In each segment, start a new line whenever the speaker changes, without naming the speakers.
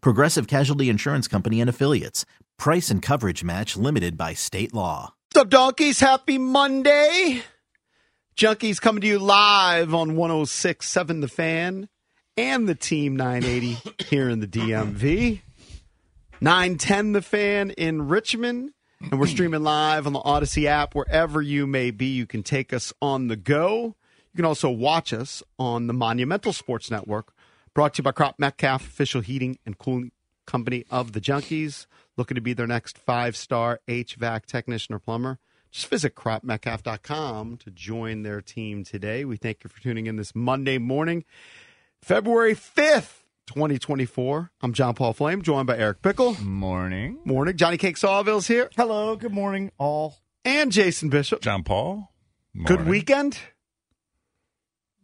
Progressive Casualty Insurance Company and Affiliates. Price and coverage match limited by state law.
The Donkeys, happy Monday. Junkies coming to you live on 1067 The Fan and the Team 980 here in the DMV. 910 The Fan in Richmond. And we're streaming live on the Odyssey app, wherever you may be. You can take us on the go. You can also watch us on the Monumental Sports Network, brought to you by Crop Metcalf, official heating and cooling company of the Junkies. Looking to be their next five star HVAC technician or plumber? Just visit cropmetcalf.com to join their team today. We thank you for tuning in this Monday morning, February 5th, 2024. I'm John Paul Flame, joined by Eric Pickle.
Morning.
Morning. Johnny Cake Sawville's here,
Hello. Good morning, all.
and Jason Bishop.
John Paul.
Good
Morning.
weekend.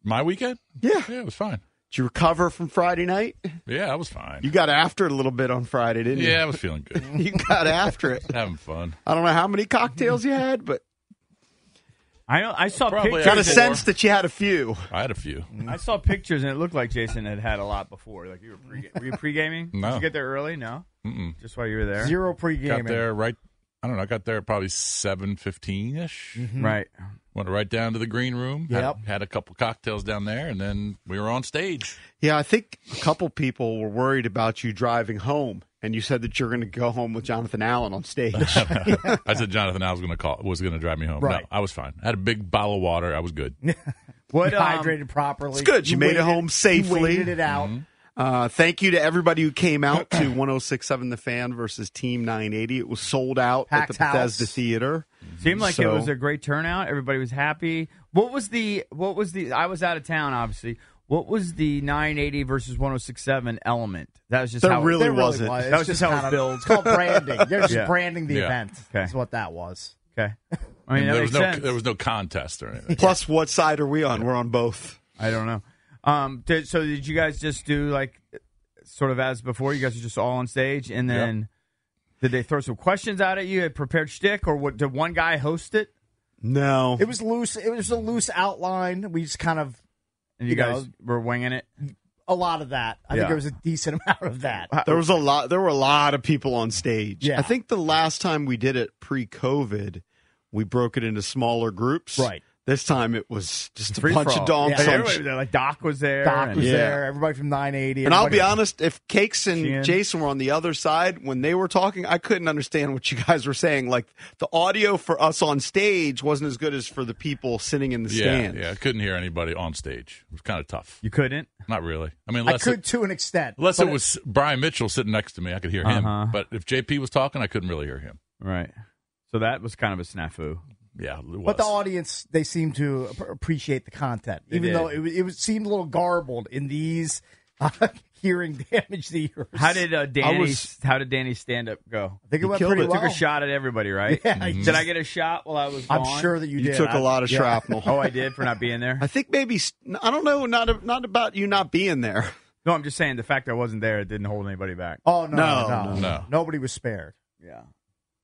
My weekend?
Yeah.
Yeah, it was fine.
Did you recover from Friday night?
Yeah, I was fine.
You got after it a little bit on Friday, didn't
yeah, I was feeling good.
you? You got after it.
Having fun.
I don't know how many cocktails you had, but
I I saw
Probably
kind
pictures.
of
Four.
sensed that you had a few.
I had a few.
I saw pictures, and it looked like Jason had had a lot before. Like you were pre were you pre gaming?
No.
Did you get there early? No.
Mm-mm.
Just while you were there.
Zero pregame.
Got there right. I don't know. I got there probably seven fifteen ish.
Right.
Went right down to the green room. had-
Yep.
Had, a couple cocktails down there, and then we were on stage.
Yeah, I think a couple people were worried about you driving home, and you said that you're going to go home with Jonathan Allen on stage.
I said Jonathan, I was going to call. Was going to drive me home.
Right.
No, I was fine. I had a big bottle of water. I was good.
What
You
um,
hydrated properly.
It's good. You made it home safely.
You waited it out.
Mm-hmm.
Uh, thank you to everybody who came out to 1067 The Fan versus Team 980. It was sold out at the
Packed house.
Bethesda Theater.
Seemed like it
So-
was a great turnout. Everybody was happy. What was the What was the I was out of town, obviously. What was the 980 versus 1067 element? That was just
There
how
really
There
wasn't.
was.
That was
It's
just how it
kinda-
builds.
It's called branding. They're just
Yeah.
branding the
Yeah.
event.
Okay.
That's what that was.
okay. I mean,
And
that
there
makes
was no.
sense.
There was no contest or anything.
Plus, what side are we on? We're on both.
I don't know. Um, did, so did you guys just do like sort of as before? You guys were just all on stage, and then did they throw some questions out at you? A prepared shtick, or what, did one guy host it?
No.
It was loose. It was a loose outline. We just kind of
And you
You
guys
know.
were winging it.
a lot of that. I
Yeah.
think there was a decent amount of that.
Uh, There was a lot. There were a lot of people on stage.
Yeah.
I think the last time we did it pre-COVID, we broke it into smaller groups.
Right.
This time it was just a
Free
bunch
for all.
of donks.
Like,
on-
everybody was there. Like Doc was there.
Doc
and-
was
Yeah.
there. Everybody from 980.
and I'll
everybody-
be honest, if Cakes and
Sheehan.
Jason were on the other side when they were talking, I couldn't understand what you guys were saying. Like the audio for us on stage wasn't as good as for the people sitting in the
yeah,
stands.
yeah. I couldn't hear anybody on stage. It was kind of tough.
You couldn't.
Not really. I mean,
I
unless it-
could to an extent.
Unless
but
it was Brian Mitchell sitting next to me, I could hear
Uh-huh.
him. But if JP was talking, I couldn't really hear him.
Right. So that was kind of a snafu.
Yeah, it was.
But the audience, they seemed to ap- appreciate the content,
They
even
did.
though it, was- it was, seemed a little garbled in these uh, hearing damage the ears.
How did uh, Danny?
was-
how did Danny's stand up go?
I think it
He
went
killed
pretty
it.
well.
Took a shot at everybody, right?
Yeah, he
Did I get a shot while I was?
I'm
gone?
sure that you,
You
did.
took
a
a lot of shrapnel.
Oh, I did for not being there.
I think maybe I don't know. Not not about you not being there.
No, I'm just saying the fact I wasn't there it didn't hold anybody back.
Oh no,
No,
no, no,
no,
no.
Nobody was spared.
Yeah.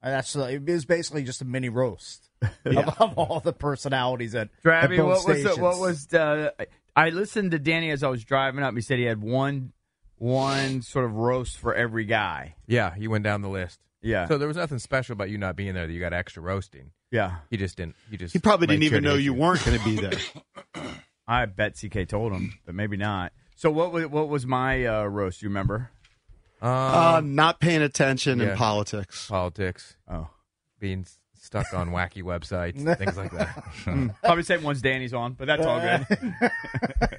And that's uh, it was basically just a mini roast of, of all the personalities at at
Drabby,
both
what was the,
stations.
what was the? I listened to Danny as I was driving up. He said he had one one sort of roast for every guy.
Yeah, you went down the list.
Yeah,
So there was nothing special about you not being there that you got extra roasting.
yeah.
You just didn't. You just.
He probably
made
didn't even
sure
know
to
you
issue.
weren't going to be there.
I bet CK told him, but maybe not. So what was what was my uh, roast? You remember?
Um,
Uh, not paying attention
yeah.
in politics.
politics.
Oh.
Being s- stuck on wacky websites, things like that.
Hmm.
Probably same ones Danny's on, but that's all good. it's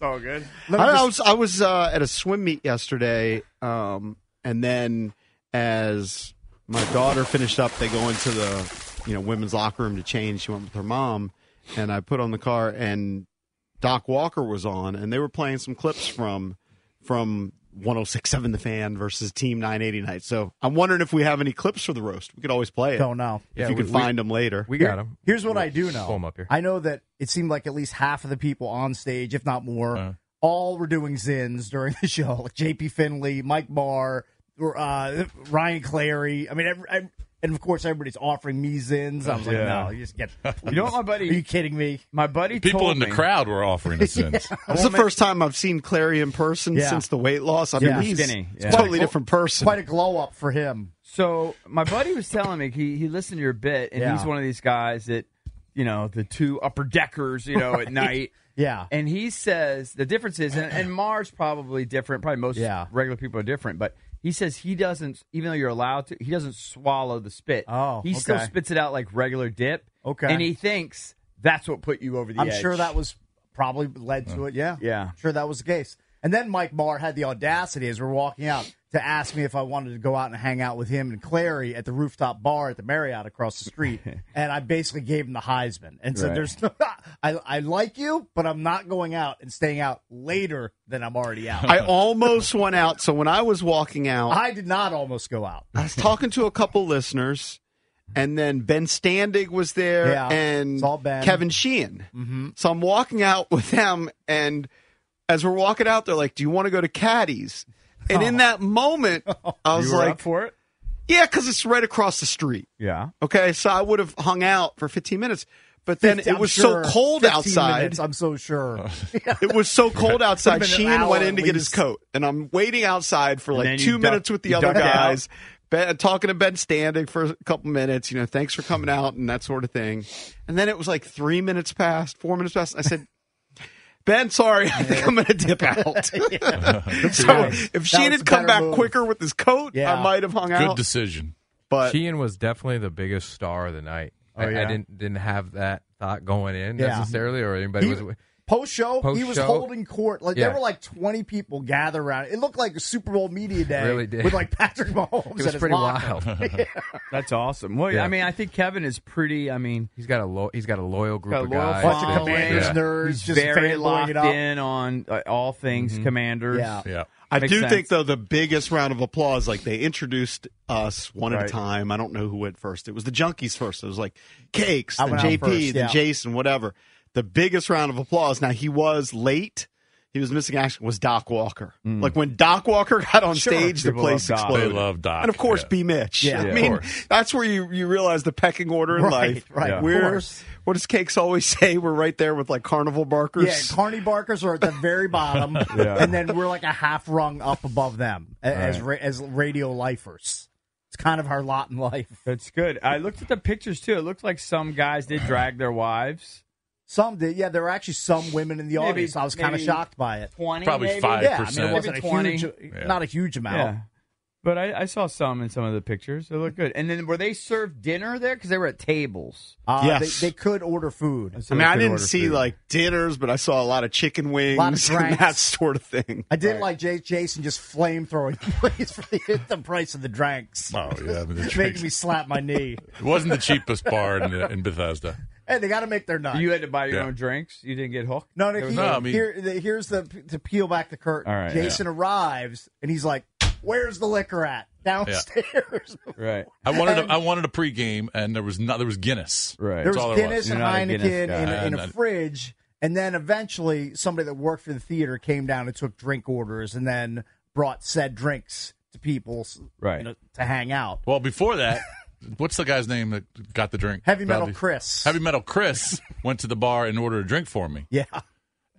all good.
I, I was I was uh, at a swim meet yesterday, um, and then as my daughter finished up, they go into the you know women's locker room to change. She went with her mom, and I put on the car, and Doc Walker was on, and they were playing some clips from from 106.7 The Fan versus Team 980 night. So I'm wondering if we have any clips for the roast. We could always play it.
Don't know.
If
Yeah,
you
we-
can
we-
find them later.
We got them.
Here's what I do know.
Pull 'em up here.
I know that it seemed like at least half of the people on stage, if not more,
Uh.
all were doing zins during the show. Like JP Finley, Mike Barr, uh, Ryan Clary. I mean, every, I, and of course, everybody's offering me zins. I was like,
Yeah.
no, you just get.
You know what my
Are you
buddy
kidding me?
my buddy
People
told
in the
me-
crowd were offering us in.
It's the first time I've seen Clary in person
Yeah.
since the weight loss. I mean,
Yeah.
he's
Skinny,
he's
yeah.
a totally different person.
Quite a glow up for him.
So my buddy was telling me he he listened to your bit, and
Yeah.
he's one of these guys that you know the two upper deckers, you know, at night.
Yeah.
And he says the difference is, and, and Mars probably different. Probably most
Yeah.
regular people are different, but he says he doesn't, even though you're allowed to, he doesn't swallow the spit.
Oh,
he still
okay.
spits it out like regular dip.
Okay.
and he thinks that's what put you over the
I'm
edge.
sure that was probably led to it. Yeah.
Yeah.
Sure that was the case. And then Mike Barr had the audacity as we're walking out to ask me if I wanted to go out and hang out with him and Clary at the rooftop bar at the Marriott across the street. and I basically gave him the Heisman and said,
Right.
There's no, I, I like you, but I'm not going out and staying out later than I'm already out. I,
I almost went out. So when I was walking out,
did not almost go out.
I was talking to a couple listeners, and then Ben Standing was there
Yeah,
and
it's all Ben.
Kevin Sheehan. Mm-hmm. So I'm walking out with them, and as we're walking out, they're like, "Do you want to go to Caddy's?" And
Oh.
in that moment, I was
you were
like,
up for it.
"Yeah, because it's right across the street."
Yeah.
Okay, so I would have hung out for 15 minutes, but then
Fifty-
it
I'm
was
sure
so cold
15
outside.
minutes, I'm so sure.
It was so cold outside.
been an
Sheehan went
hour
in
at
to get his
least.
coat, and I'm waiting outside for
then
like
you
two
duck-
minutes with the
you
other
ducked out.
guys, ben, talking to Ben Standing for a couple minutes. You know, thanks for coming out and that sort of thing. And then it was like three minutes past, four minutes past. I said. Ben, sorry, I think I'm going to dip out. so if Sheehan
was
had
a better
come back
move.
quicker with his coat,
Yeah.
I might have hung
Good
out.
decision.
but
Sheehan was definitely the biggest star of the night. I- I,
yeah?
didn't didn't have that thought going in
Oh, Yeah.
necessarily, or anybody
He-
was.
Post show, Oh, he was
Post-show.
holding court. Like
Yeah.
there were like twenty people gathered around. It looked like a Super Bowl media day.
really did.
with like Patrick Mahomes.
It
at
was
his
pretty
locker.
wild.
That's awesome. Well,
Yeah.
I mean, I think Kevin is pretty. I mean,
He's got a lo- he's got a loyal group
Got a
of
loyal
guys.
Bunch of
following.
commanders
Yeah.
nerds
he's
just
very
fanboying
locked
it up.
in on uh, all things
Mm-hmm.
commanders.
Yeah.
Yeah.
I
Makes
do
sense.
think though the biggest round of applause, like they introduced us one at
Right.
a time. I don't know who went first. It was the junkies first. It was like cakes,
I
then
went out
JP,
first,
then
yeah.
Jason, whatever. The biggest round of applause. Now he was late. He was missing action. Was Doc Walker?
Mm.
Like when Doc Walker got on
Sure.
stage, the
People love
place
Doc.
They
exploded.
love Doc.
and of course,
yeah.
B. Mitch.
Yeah.
I
Yeah.
mean,
Of course.
that's where you, you realize the pecking order in
Right,
life.
right, of
We're
course.
what does Cakes always say? We're right there with like carnival barkers.
Yeah, Carney Barkers are at the very bottom, and then we're like a half rung up above them a- as ra- as radio lifers. It's kind of our lot in life.
That's good. I looked at the pictures too. It looked like some guys did drag their wives.
Some did, yeah. There were actually some women in the
Maybe-
audience. I was kind of
maybe-
shocked by it.
Twenty,
Probably
maybe?
five.
Yeah, I mean,
5%.
it wasn't a
Maybe 20.
huge, not a huge amount.
Yeah. But I, I saw some in some of the pictures. It looked good. And then were they served dinner there because they were at tables?
Uh,
Yes.
they, they could order food.
I mean, I didn't see like dinners, but I saw a lot of chicken wings and
drinks.
that sort of thing.
I did like J- Jason just flame throwing plays for the, the price of the drinks.
Oh yeah, I mean, the
Making
drinks-
me slap my knee.
it wasn't the cheapest bar in, in Bethesda.
Hey, they got to make their nut.
you had to buy your
Yeah.
own drinks. You didn't get hooked.
no, no, he,
No, I mean-
here, the, here's the to peel back the curtain.
All right,
Jason arrives and he's like, "Where's the liquor at downstairs?"
Right.
I wanted
And-
a, I wanted a pregame, and there was no, there was Guinness.
Right.
There
That's all
was
there
Guinness
was.
and
You're not a
Heineken
Guinness guy.
in, a- in a
And-
fridge, and then eventually somebody that worked for the theater came down and took drink orders, and then brought said drinks to people, you
Right.
know, to hang out.
Well, before that, what's the guy's name that got the drink?
Heavy metal
Probably-
Chris.
Heavy metal Chris went to the bar and ordered a drink for me,
yeah.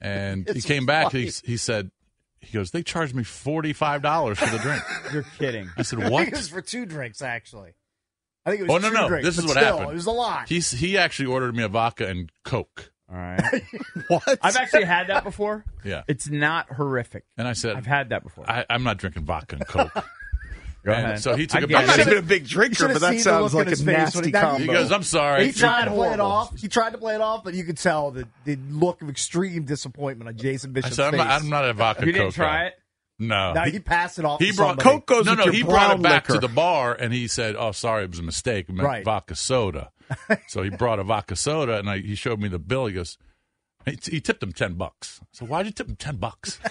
and he
It's
came back.
funny.
He, he said, "He goes, they charged me forty five dollars for the drink."
You're kidding.
I said,
I think it
"What?"
was for two drinks, actually. I think it was
Oh no
two
no!
drinks.
this is
but
what
still,
happened.
It was a lot.
He's, he actually ordered me a vodka and coke.
All right.
What?
I've actually had that before.
Yeah.
It's not horrific.
And I said,
I've had that before.
I, I'm not drinking vodka and coke.
Go
and
ahead.
so he
I
took a
get
big
I'm not
it.
sip.
even a big drinker,
should've
but that
seen the
sounds
look on
like
his
a
face when
nasty
he- that-
combo.
He goes, I'm sorry.
He tried to play it
horrible.
off. He tried to play it off, but you could tell the, the look of extreme disappointment on Jason
I
Bishop's
said, I'm not,
face.
I'm not a vodka
You
coke.
didn't try
guy."
it?
No.
now he passed it off.
He
to
brought
somebody.
Coke goes
no,
with
no.
your
he brought
brown
it back
liquor.
to the bar, and he said, "Oh, sorry, it was a mistake. It meant
Right.
vodka soda." so he brought a vodka soda, and I, he showed me the bill. He goes, "He, he tipped him ten bucks." So why'd you tip him ten bucks?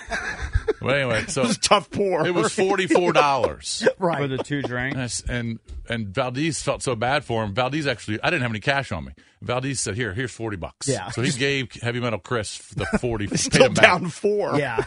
but anyway, so
It's tough pour.
it was forty four dollars.
For
right.
the two drinks.
Yes, and and Valdez felt so bad for him. Valdez actually, I didn't have any cash on me. Valdez said, "Here, here's forty bucks."
Yeah.
So he gave Heavy Metal Chris the forty. paid
Still
him back.
down four.
Yeah.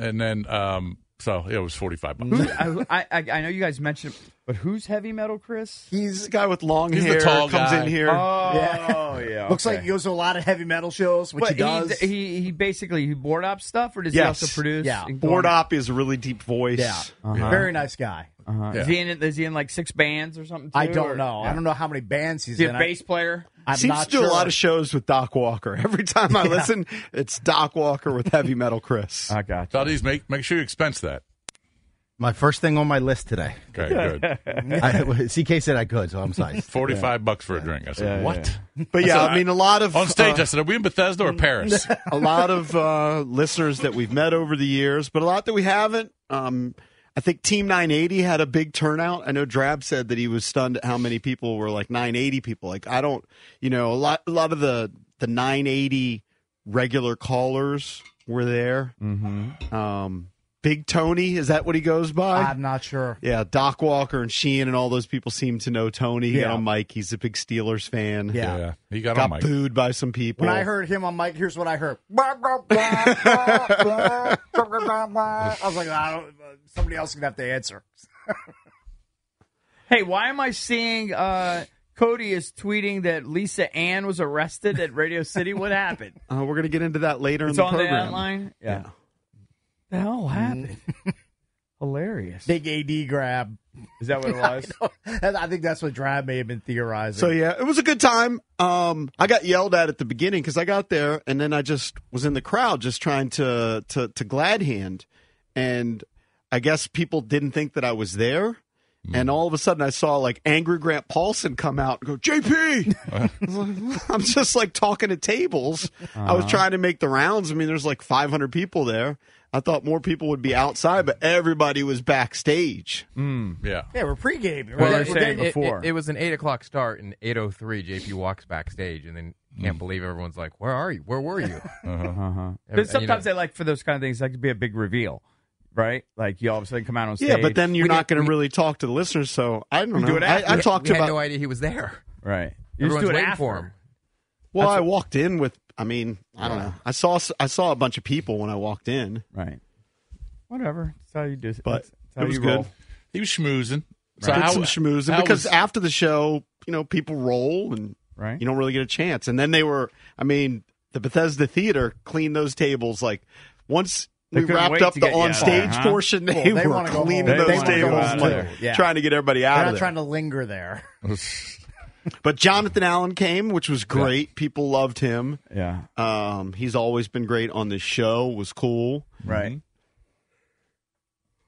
And then, um, so yeah, it was forty five bucks.
Mm-hmm.
Who- I, I, I know you guys mentioned, but who's heavy metal, Chris?
He's the guy with long
He's the
hair.
tall
comes
guy.
in here.
Oh,
Yeah.
yeah.
Looks like
okay.
he goes to a lot of heavy metal shows, which
But
he does.
He, he he basically he board op stuff, or does he
Yes.
also produce?
Yeah.
and go
Board
on-
op is a really deep voice.
yeah.
Uh-huh.
Very nice guy.
Uh-huh. Is
Yeah.
he in is he in like six bands or something?
I
too, or-
don't know.
Yeah.
I don't know how many bands he's
Is he
in.
a
I-
bass player?
I'm
Seems
not
to do
sure.
a lot of shows with Doc Walker. Every time I listen, it's Doc Walker with heavy metal Chris.
I got
Valdez, make make sure you expense that.
My first thing on my list today.
Okay, good.
I, CK said I could, so I'm sized.
Forty-five bucks for a drink. I said, "What?"
But yeah, I mean, a lot of
On stage,
uh,
I said, "Are we in Bethesda or Paris?"
a lot of uh, listeners that we've met over the years, but a lot that we haven't. Um, I think Team 980 had a big turnout. I know Drab said that he was stunned at how many people were like 980 people. Like I don't, you know, a lot, a lot of the the 980 regular callers were there. Mm-hmm. Um, Big Tony, is that what he goes by?
I'm not sure.
yeah, Doc Walker and Sheehan and all those people seem to know Tony. He got
Yeah.
on Mike. He's a big Steelers fan.
Yeah.
yeah, he got, on
Got
mic.
booed by some people.
When I heard him on mic, here's what I heard. Blah, blah, blah, blah, blah, blah, blah. I was like, I don't, somebody else is gonna have to answer.
Hey, why am I seeing uh, Cody is tweeting that Lisa Ann was arrested at Radio City? What happened?
Uh, we're going to get into that later in
It's
the
on the
program. Mm-hmm.
outline. Yeah. The hell happened? Hilarious.
Big AD grab.
Is that what it was?
And I think that's what Drab may have been theorizing.
So yeah, it was a good time. Um, I got yelled at at the beginning because I got there and then I just was in the crowd just trying to to to glad hand, and I guess people didn't think that I was there. And all of a sudden, I saw like angry Grant Paulson come out and go, "JP." I was like, I'm just like talking to tables. I was trying to make the rounds. I mean, there's like 500 people there. I thought more people would be outside, but everybody was backstage.
Yeah,
yeah, we're pre-gaming.
Well,
We're-
they're
we're
saying
getting-
it- before.
It, was an eight o'clock start, and eight oh three, JP walks backstage, and then can't
Hmm.
believe everyone's like, "Where are you? Where were you?"
Uh-huh.
you know-
But sometimes they like for those kind of things, like to be a big reveal, right? Like you all of a sudden come out on stage.
Yeah, but then you're
We
not
did-
going to
we-
really talk to the listeners. So I don't know.
do it
I, I
after.
talked
we
about.
had no idea he was there.
right, you just
Everyone's
do it
waiting
after.
for him.
well, I walked in with. I mean, I don't know. I saw I saw a bunch of people when I walked in.
Right. Whatever. That's how you do. it.
But
that's, that's how
it was
you
good.
roll.
he was schmoozing. So
Did
how-
some schmoozing
how
because
was-
after the show, you know, people roll and
Right.
you don't really get a chance. And then they were. I mean, the Bethesda Theater cleaned those tables like once.
They
we
couldn't
wrapped
wait
up
to
the
get you out.
on-stage
Uh-huh.
portion. They,
Well, they
were
wanna go
cleaning
home.
They
those
wanna go
tables,
out of
like,
there.
Yeah.
trying to get everybody
They're
out
not
of there.
trying to linger there.
But Jonathan Allen came, which was great. People loved him.
Yeah.
Um, he's always been great on this show. Was cool.
Right.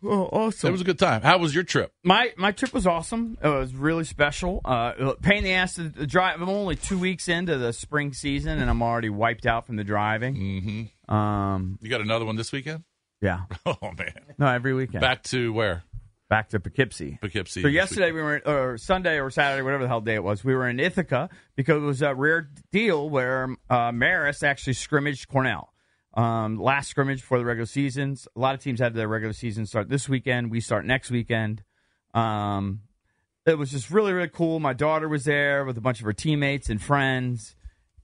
Oh, awesome.
It was a good time. How was your trip?
my my trip was awesome. It was really special. Uh, pain in the ass to drive. I'm only two weeks into the spring season, and I'm already wiped out from the driving.
Mm-hmm.
Um,
You got another one this weekend?
yeah.
Oh man,
No, every weekend
back to where
back to Poughkeepsie.
Poughkeepsie.
So
this
yesterday
weekend.
we were, or Sunday or Saturday, whatever the hell day it was, we were in Ithaca because it was a rare deal where uh, Maris actually scrimmaged Cornell. Um, last scrimmage for the regular seasons. A lot of teams had their regular season start this weekend. We start next weekend. Um, it was just really really cool. My daughter was there with a bunch of her teammates and friends,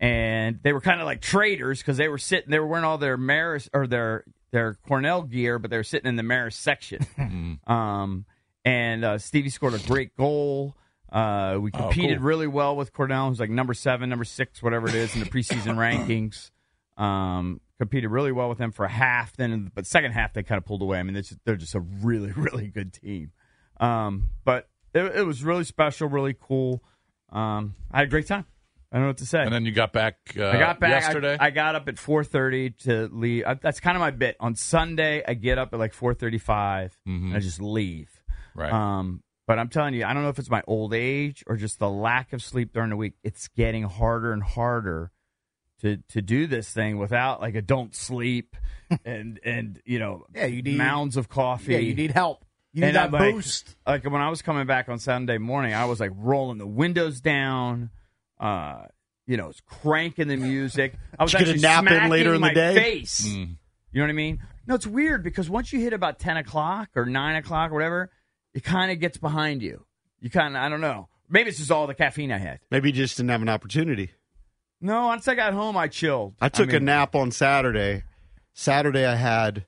and they were kind of like traders because they were sitting. They were wearing all their Maris or their their Cornell gear, but they were sitting in the Maris section.
Mm-hmm.
Um, and uh, Stevie scored a great goal. Uh, we competed
Oh, cool.
really well with Cornell. It was like number seven, number six, whatever it is in the preseason rankings. Um, competed really well with them for a half. Then, but second half they kind of pulled away. I mean, they're just, they're just a really really good team. Um, but it, it was really special, really cool. Um, I had a great time. I don't know what to say.
And then you got back. Uh,
I got back I-
yesterday.
I, got up at 4:30 to leave. I, that's kind of my bit. On Sunday, I get up at like 4:35
Mm-hmm.
and I just leave.
right.
Um, but I'm telling you, I don't know if it's my old age or just the lack of sleep during the week. It's getting harder and harder to to do this thing without like a don't sleep and and you know
Yeah, you need-
mounds of coffee.
Yeah, you need help. You need
And
that
I'm like-
boost.
like when I was coming back on Sunday morning, I was like rolling the windows down, uh, you know, cranking the music. I was
Did you get a
actually
nap in
smacking
later in the
my
day? Mm. Mm-hmm.
Face, you know what I mean? No, it's weird because once you hit about ten o'clock or nine o'clock or whatever, it kind of gets behind you. You kind of, I don't know. Maybe it's just all the caffeine I had.
Maybe you just didn't have an opportunity.
No, once I got home, I chilled.
I took
mean,
a nap on Saturday. Saturday I had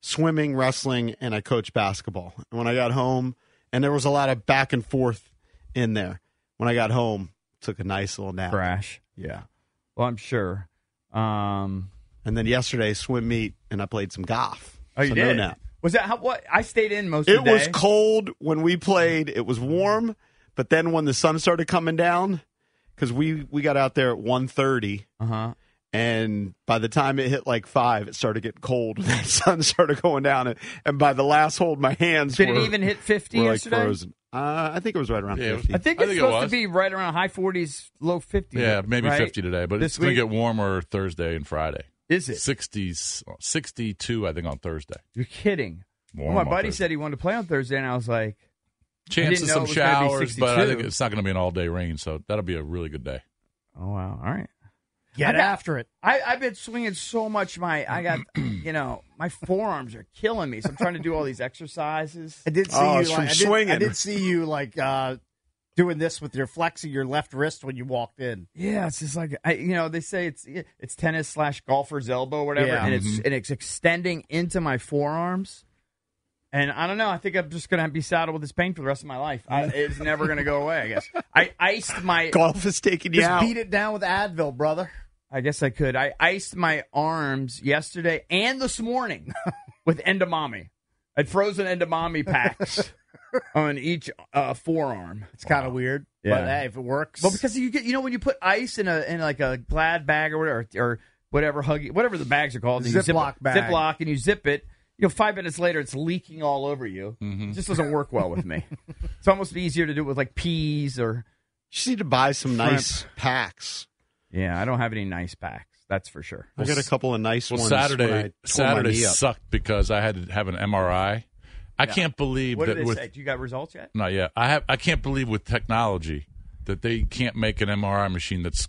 swimming, wrestling, and I coached basketball. And when I got home, and there was a lot of back and forth in there. When I got home, took a nice little nap.
crash.
Yeah.
Well, I'm sure. Um,
And then yesterday, swim meet, and I played some golf.
oh, you
So
did.
No nap.
Was that how? What I stayed in most.
It
of the
was
day.
cold when we played. It was warm, but then when the sun started coming down, because we we got out there at 1.30,
Uh-huh.
and by the time it hit like five, it started getting cold. The sun started going down, and, and by the last hold, my hands
Did
were,
it even hit fifty
were like
yesterday?
frozen. Uh, I think it was right around
Yeah, it was-
fifty.
I think
I
it's
think it
supposed
was.
to be right around high 40s, low 50s.
yeah, maybe
right?
50 today, but
This
it's going to
week-
get warmer Thursday and Friday.
Is it?
60s, 62, I think, on Thursday.
You're kidding. Well,
Warm
my
on
buddy
Thursday.
said he wanted to play on Thursday, and I was like,
Chance of
know
some
it was gonna be
showers, but I think
62.
it's not going to be an all day rain, so that'll be a really good day.
oh, wow. All right.
Get
I got-
after it.
I, I've been swinging so much. My, I got, you know, my forearms are killing me. So I'm trying to do all these exercises.
I did see
Oh,
you
it's
like,
from
I, did, I
swinging.
did see you like uh, doing this with your flexing your left wrist when you walked in.
Yeah, it's just like I, you know, they say it's it's tennis slash golfer's elbow, whatever,
Yeah.
and
Mm-hmm.
it's and it's extending into my forearms. And I don't know. I think I'm just gonna be saddled with this pain for the rest of my life. I, it's never gonna go away. I guess I iced my.
golf is taking you
Just
out.
beat it down with Advil, brother.
I guess I could. I iced my arms yesterday and this morning with Endemami. I'd frozen Endemami packs on each uh, forearm.
It's kind of weird, but
Yeah.
hey, if it works,
Well, because you get, you know, when you put ice in a in like a Glad bag or whatever, or whatever huggy, whatever the bags are called, and you
Ziploc
zip,
bag.
Ziploc, and you zip it. You know, five minutes later, it's leaking all over you.
Mm-hmm.
Mm-hmm.
It just doesn't work well with me. it's almost easier to do it with like peas or.
You just need to buy some nice packs.
Yeah, I don't have any nice packs. That's for sure.
I got a couple of nice
Well,
ones. when I tore
Saturday
my
Saturday
knee up.
sucked because I had to have an MRI. I can't believe
What
that
did they
with
say? Do you got results yet?
not yet. I have I can't believe with technology that they can't make an MRI machine that's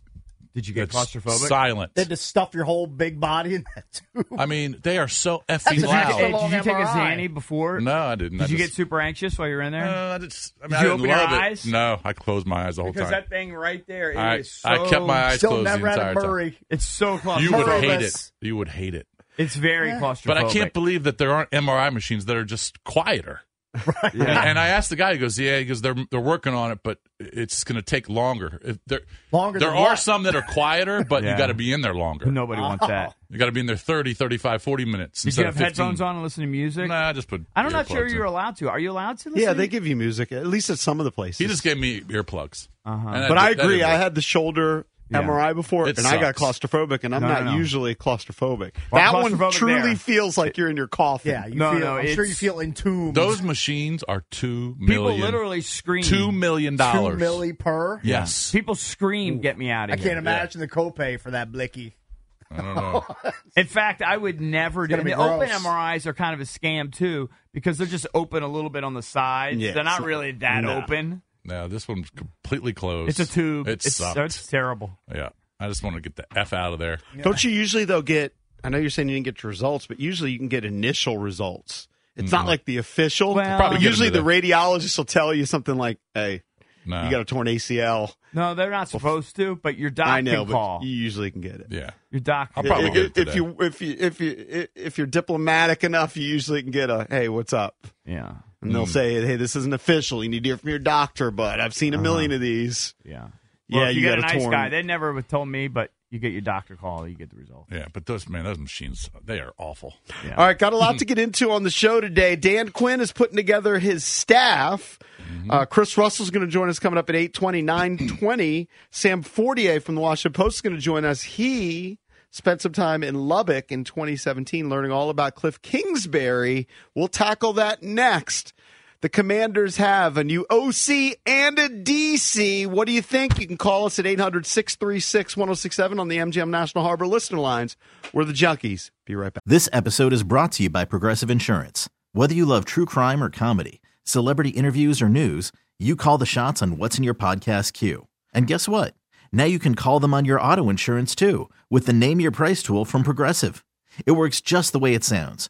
Did you
that's silent.
then to stuff your whole big body in that tube.
I mean, they are so effing
That's a
Did
Wow.
you,
loud.
Still on
did you take a
MRI.
Xanny before?
No, I didn't. I
Did you
just-
get super anxious while you were in there?
Uh, I just, I mean,
Did
I
you
didn't
open your
love it.
eyes?
No, I closed my eyes the whole
because
time.
that thing right there, it is
I,
so,
I kept my eyes
Still
closed
never
the
had a
entire time.
Murray.
It's so claustrophobic.
You would hate
Murray-less.
it. You would hate it.
It's very claustrophobic.
But I can't believe that there aren't MRI machines that are just quieter. And, and I asked the guy, he goes, "Yeah, he goes, they're they're working on it, but it's going to take longer. If There,
Longer
there
than
are
what?
some that are quieter, but
Yeah.
you got to be in there longer.
Nobody wants that.
You got to be in there 30, 35, 40 minutes.
Did
instead
you have
of 15.
headphones on and listen to music?
No, I just put.
I'm not sure
earplugs
you're
in.
allowed to. Are you allowed to listen?
Yeah, they give you music at least at some of the places.
He just gave me earplugs.
Uh-huh.
And
But
that-
I
that
agree.
didn't
I
work.
had the shoulder
Yeah.
MRI before,
It
and I got
sucks.
claustrophobic, and I'm
No, no,
not
no.
usually claustrophobic.
Well,
that
claustrophobic
one truly
there.
feels like you're in your coffin.
Yeah, you
No,
feel,
no,
I'm sure
it's-
you feel entombed.
Those machines are two
People
million.
literally scream.
two million
two
dollars.
milli per.
Yes.
People scream, get me out
I
of here.
can't imagine the copay for that blicky.
I don't know.
In fact, I would never do
gonna be
The open
gross.
MRIs are kind of a scam, too, because they're just open a little bit on the sides.
Yeah,
they're
it's
not
not-
really that
no.
open.
No, this one's completely closed.
It's a tube.
It
it's,
sucked.
it's terrible.
Yeah. I just want to get the F out of there.
Don't you usually though get? I know you're saying you didn't get your results, but usually you can get initial results. It's not like the official.
Well-
Probably
but
get
usually the
them to
radiologist will tell you something like, "Hey,
No.
you got a torn ACL."
No, they're not supposed to, but your doc
I know,
can
but
call.
you usually can get it.
yeah.
your doc
I'll
can
probably
call.
get it
If, if
today.
you if you if you if you're diplomatic enough, you usually can get a hey, what's up?
Yeah,
And they'll say, hey, this isn't official. You need to hear from your doctor, but I've seen a 1000000 of these.
yeah.
Yeah,
if
you
get
got
a
a
nice
torn-
guy. They never would told me, but you get your doctor call, you get the result.
Yeah, but those man, those machines, they are awful.
All right, got a lot to get into on the show today. Dan Quinn is putting together his staff. Uh, Chris Russell's going to join us coming up at 820, 920. Sam Fortier from the Washington Post is going to join us. He spent some time in Lubbock in 2017 learning all about Cliff Kingsbury. We'll tackle that next. The Commanders have a new OC and a DC. What do you think? You can call us at 800 636 1067 on the MGM National Harbor listener lines. We're the Junkies. Be right back.
This episode is brought to you by Progressive Insurance. Whether you love true crime or comedy, celebrity interviews or news, you call the shots on what's in your podcast queue. And guess what? Now you can call them on your auto insurance too with the Name Your Price tool from Progressive. It works just the way it sounds.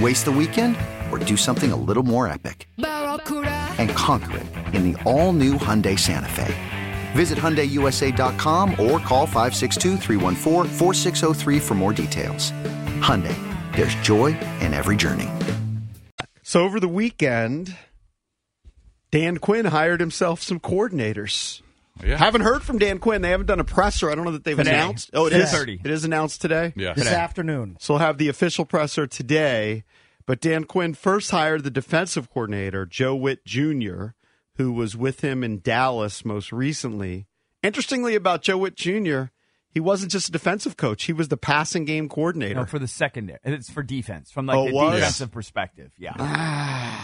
Waste the weekend or do something a little more epic? And conquer it in the all new Hyundai Santa Fe. Visit HyundaiUSA.com or call 562-314-4603 for more details. Hyundai, there's joy in every journey.
So over the weekend, Dan Quinn hired himself some coordinators.
Yeah.
Haven't heard from Dan Quinn. They haven't done a presser. I don't know that they've
Today.
announced. Oh, it
Today.
is. It is announced today.
yeah.
This afternoon.
So we'll have the official presser today. But Dan Quinn first hired the defensive coordinator, Joe Witt Jr., who was with him in Dallas most recently. Interestingly, about Joe Witt Jr., he wasn't just a defensive coach, he was the passing game coordinator.
No,
Oh,
for the secondary. It's for defense from like
Oh, it
the
was? Ah,
defensive perspective. Yeah.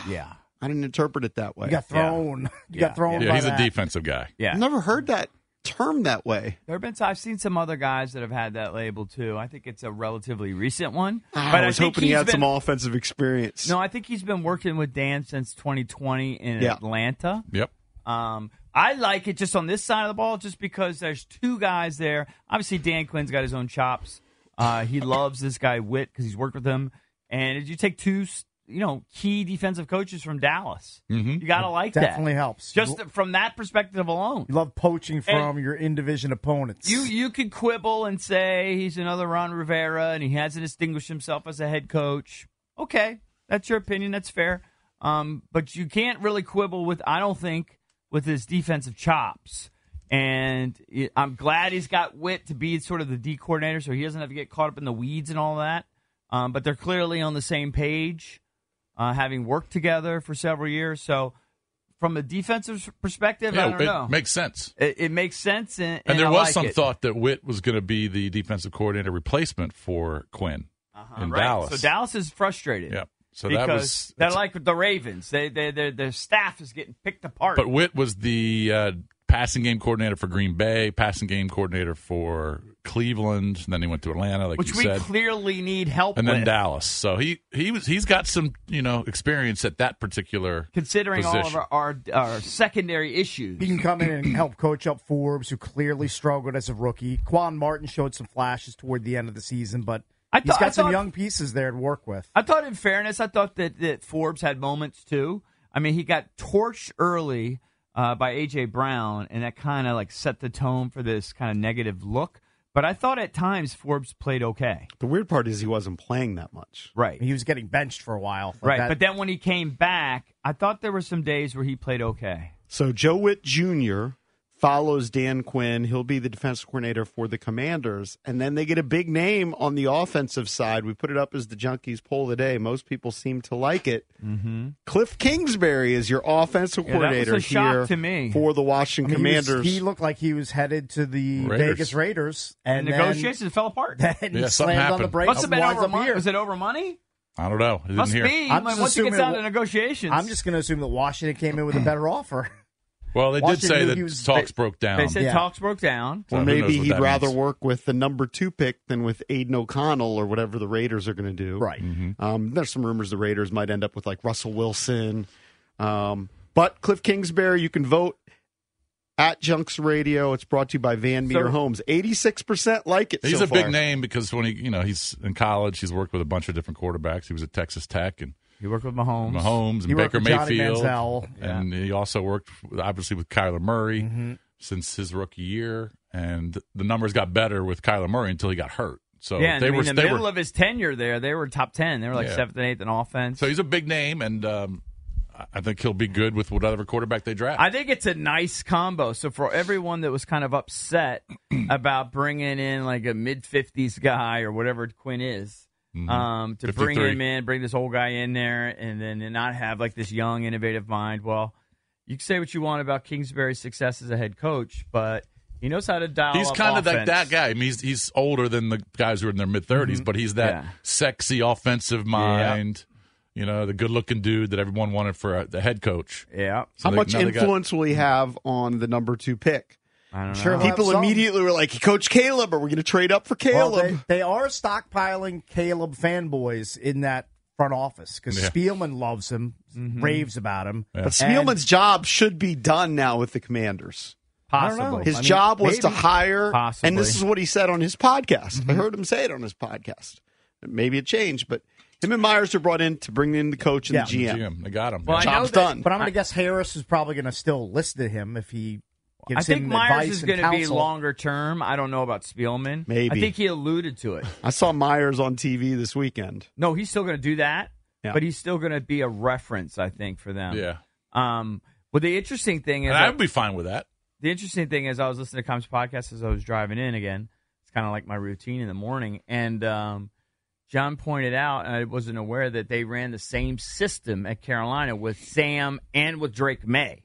yeah.
I didn't interpret it that way.
You got thrown.
Yeah.
You got thrown.
Yeah,
by
he's a
that.
defensive guy.
Yeah.
I've never heard that term that way.
There have been I've seen some other guys that have had that label too. I think it's a relatively recent one.
Ah,
but
I was
think
hoping he
he's
had
been,
some offensive experience.
No, I think he's been working with Dan since 2020 in
Yeah.
Atlanta.
Yep.
Um, I like it just on this side of the ball, just because there's two guys there. Obviously, Dan Quinn's got his own chops. Uh, he loves this guy Witt because he's worked with him. And you take two, you know, key defensive coaches from Dallas. You gotta like
Mm-hmm. Definitely
that.
helps.
Just from that perspective alone.
You love poaching from your in division opponents.
You you could quibble and say he's another Ron Rivera and he hasn't distinguished himself as a head coach. Okay, that's your opinion. That's fair. Um, but you can't really quibble with I don't think with his defensive chops. And it- I'm glad he's got wit to be sort of the D coordinator, so he doesn't have to get caught up in the weeds and all that. Um, but they're clearly on the same page, uh, having worked together for several years. So, from a defensive perspective, I
Yeah,
don't
it
know.
makes sense.
it, it makes sense, and,
And, there
I
was
like
some
it.
thought that Witt was going to be the defensive coordinator replacement for Quinn in
Uh-huh, Right.
Dallas.
So Dallas is frustrated.
Yep. So
because
that was
they're like the Ravens. They they their their staff is getting picked apart.
But Witt was the uh, passing game coordinator for Green Bay, passing game coordinator for Cleveland, and then he went to Atlanta, like
which
you
we
said,
clearly need help
and then
with.
Dallas. So he he was he's got some you know experience at that particular.
Considering all of
Position.
our, our our secondary issues,
He can come in and help coach up Forbes, who clearly struggled as a rookie. Quan Martin showed some flashes toward the end of the season, but
I
he's
thought-
got
I
some
thought-
young pieces there to work with.
I thought, in fairness, I thought that, that Forbes had moments too. I mean, he got torched early uh, by AJ Brown, and that kind of like set the tone for this kind of negative look. But I thought at times Forbes played okay.
The weird part is he wasn't playing that much.
Right.
He was getting benched for a while.
Right.
that-
But then when he came back, I thought there were some days where he played okay.
So Joe Witt Jr. follows Dan Quinn. He'll be the defensive coordinator for the Commanders. And then they get a big name on the offensive side. We put it up as the Junkies poll today. Most people seem to like it.
Mm-hmm.
Cliff Kingsbury is your offensive
Yeah, that was
coordinator
a shock
here
to me.
for the
I
Washington
mean, he was-
Commanders.
He, looked like he was headed to the
Raiders.
Vegas Raiders,
And
and then-
negotiations fell apart.
Then he
Yeah, something
slammed on the
happened.
brakes.
Must have been
winds
over
up
money.
here.
Was it over money?
I don't know. I didn't
Must
hear.
be.
I'm
Like,
just
once it gets
assuming
out
it
of
wa-
negotiations,
I'm just going to assume that Washington came in with a better offer.
Well, they
Washington
did say
knew
that
he was-
talks
they-
broke down.
They said
Yeah.
talks broke down.
So
Or
who knows
maybe
what
he'd
that
rather
means.
work with the number two pick than with Aiden O'Connell or whatever the Raiders are going to do.
Right.
Mm-hmm.
Um, there's some rumors the Raiders might end up with like Russell Wilson. Um, but Cliff Kingsbury, you can vote at Junks Radio. It's brought to you by Van Meter
So-
Homes. 86% like it.
He's
so
a big
far.
name because when he, you know, he's in college, he's worked with a bunch of different quarterbacks. He was at Texas Tech and
You work with Mahomes.
Mahomes and
He worked
Baker
with Johnny
Mayfield,
Manziel.
and he also worked obviously with Kyler Murray
Mm-hmm.
since his rookie year. And the numbers got better with Kyler Murray until he got hurt. So
yeah, and
they
I mean,
were
in the
they
middle
were
of his tenure there, they were top ten. They were like
Yeah.
seventh and eighth in offense.
so he's a big name, and um, I- I think he'll be good with whatever quarterback they draft.
I think it's a nice combo. So for everyone that was kind of upset about bringing in like a mid fifties guy or whatever Quinn is,
Mm-hmm.
um, to bring
53.
him in, bring this old guy in there, and then to not have like this young, innovative mind. Well, you can say what you want about Kingsbury's success as a head coach, but he knows how to dial.
He's
up
kind of like
offense. Mm-hmm.
that guy. I mean, he's he's older than the guys who are in their mid 30s, but he's that
Yeah.
sexy offensive mind. You know, the good-looking dude that everyone wanted for uh, the head coach.
Yeah,
So
How
they-
much
now they got-
influence will he have on the number two pick?
I don't know.
Sure,
People
Well, some-
immediately were like, Coach Caleb, are we going to trade up for Caleb?
Well, they, they are stockpiling Caleb fanboys in that front office because
Yeah.
Spielman loves him,
Mm-hmm.
raves about him.
but Spielman's job should be done now with the Commanders.
I don't
Possibly.
know.
His
I mean,
job was to
maybe. Mm-hmm.
hire,
Possibly.
and this is what he said on his podcast. I heard him say it on his podcast. Maybe it changed, but him and Myers are brought in to bring in the coach and
Yeah,
the GM.
Jim, they got him.
Well, I know
Job's
that-
done.
But I'm going to guess Harris is probably going to still listen to him if he gives
I think
him
Myers
advice
is
and
going to be
counsel.
longer term. I don't know about Spielman.
Maybe.
I think he alluded to it.
I saw Myers on TV this weekend.
No, he's still going to do that,
Yeah.
but he's still going to be a reference, I think, for them.
yeah,
Um. Well, the interesting thing is,
and I'd be fine with that.
the interesting thing is, I was listening to Combs podcast as I was driving in again. It's kind of like my routine in the morning, and um, John pointed out, and I wasn't aware that they ran the same system at Carolina with Sam and with Drake May,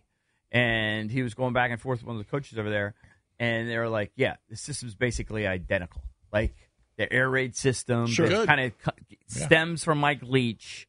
and he was going back and forth with one of the coaches over there, and they were like, "Yeah, the system's basically identical, like." The air raid system
Sure.
that
Good.
kind of stems from Mike Leach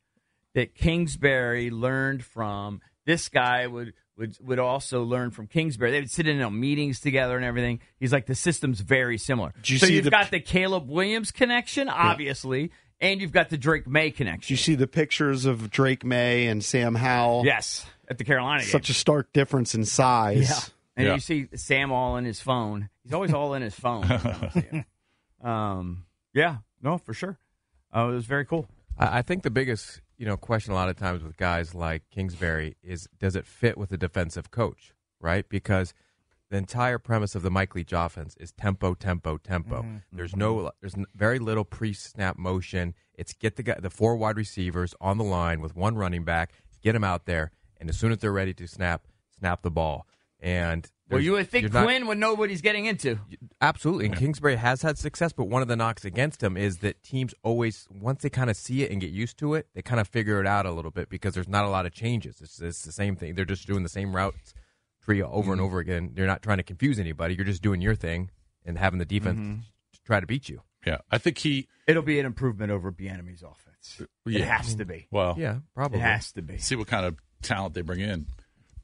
that Kingsbury learned from. This guy would would would also learn from Kingsbury. They would sit in on meetings together and everything. He's like the system's very similar.
Did you
so
see
you've
the-
got the Caleb Williams connection, obviously, and you've got the Drake May
Did you
connection.
see the pictures of Drake May and Sam Howell?
yes, at the Carolina game.
Such a stark difference in size.
Yeah.
and
Yeah.
you see Sam all in his phone. He's always all in his phone. um, yeah, no, for sure. Uh, it was very cool.
I, I think the biggest you know question a lot of times with guys like Kingsbury is does it fit with a defensive coach, right? Because the entire premise of the Mike Leach offense is tempo, tempo, tempo.
Mm-hmm.
There's no, there's n- very little pre-snap motion. It's get the guy, the four wide receivers on the line with one running back, get them out there, and as soon as they're ready to snap, snap the ball. And
Well,
there's-
you would think
you're not-
Quinn would know what he's getting into.
Absolutely. And Kingsbury has had success, but one of the knocks against him is that teams always, once they kind of see it and get used to it, they kind of figure it out a little bit because there's not a lot of changes. It's, it's the same thing. They're just doing the same routes tree over and over again. You're not trying to confuse anybody. You're just doing your thing and having the defense t- try to beat you.
Yeah, I think he. Uh,
It'll be an improvement over Bienemy's offense.
Yeah.
It has to be.
Well,
Yeah, probably.
It has to be.
see what kind of talent they bring in.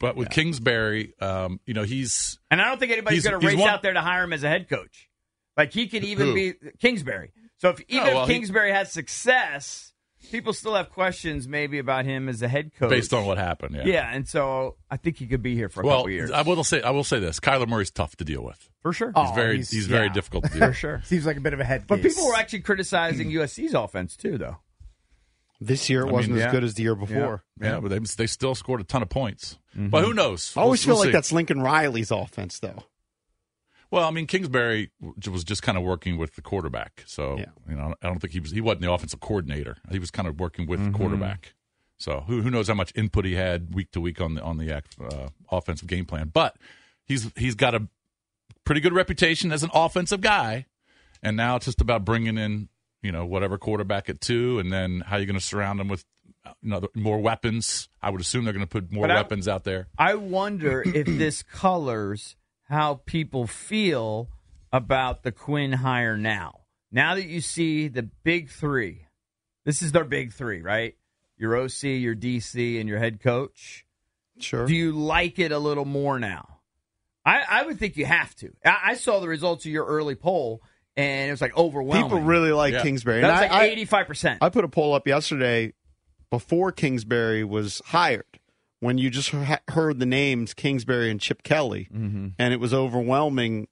But with Kingsbury, um, you know, he's
And I don't think anybody's
He's-
going to
he's
race
one-
out there to hire him as a head coach. Like he could even
Who? Oh,
be Kingsbury. So if even
well,
if
he-
Kingsbury has success, people still have questions maybe about him as a head coach
based on what happened. Yeah.
Yeah, and so I think he could be here for a
Well,
couple years
I will say I will say this: Kyler Murray's tough to deal with.
for sure.
He's
Oh,
very he's, very
yeah.
difficult to deal
for
with.
sure.
Seems like a bit of a head
But
case.
people were actually criticizing USC's offense too, though.
This year it
I
wasn't
mean,
as
yeah.
good as the year before.
Yeah, yeah, but they, they still scored a ton of points.
Mm-hmm.
But who knows?
I always
We'll-
feel like
we'll see.
that's Lincoln Riley's offense, though.
Well, I mean, Kingsbury w- was just kind of working with the quarterback, so
Yeah.
you know, I don't think he was he wasn't the offensive coordinator. He was kind of working with
Mm-hmm.
the quarterback. So who who knows how much input he had week to week on the on the act- uh, offensive game plan? But he's he's got a pretty good reputation as an offensive guy, and now it's just about bringing in you know whatever quarterback at two, and then how you're going to surround him with uh, you know, more weapons. I would assume they're going to put more
But I-
weapons out there.
I wonder if this colors how people feel about the Quinn hire now. Now that you see the big three, this is their big three, right? Your OC, your DC, and your head coach.
Sure.
Do you like it a little more now? I, I would think you have to. I, I saw the results of your early poll, and it was like overwhelming.
People really like
Yeah.
Kingsbury.
That's
and I-
like
I-
eighty-five percent.
I put a poll up yesterday before Kingsbury was hired when you just he- heard the names Kingsbury and Chip Kelly,
Mm-hmm.
and it was overwhelming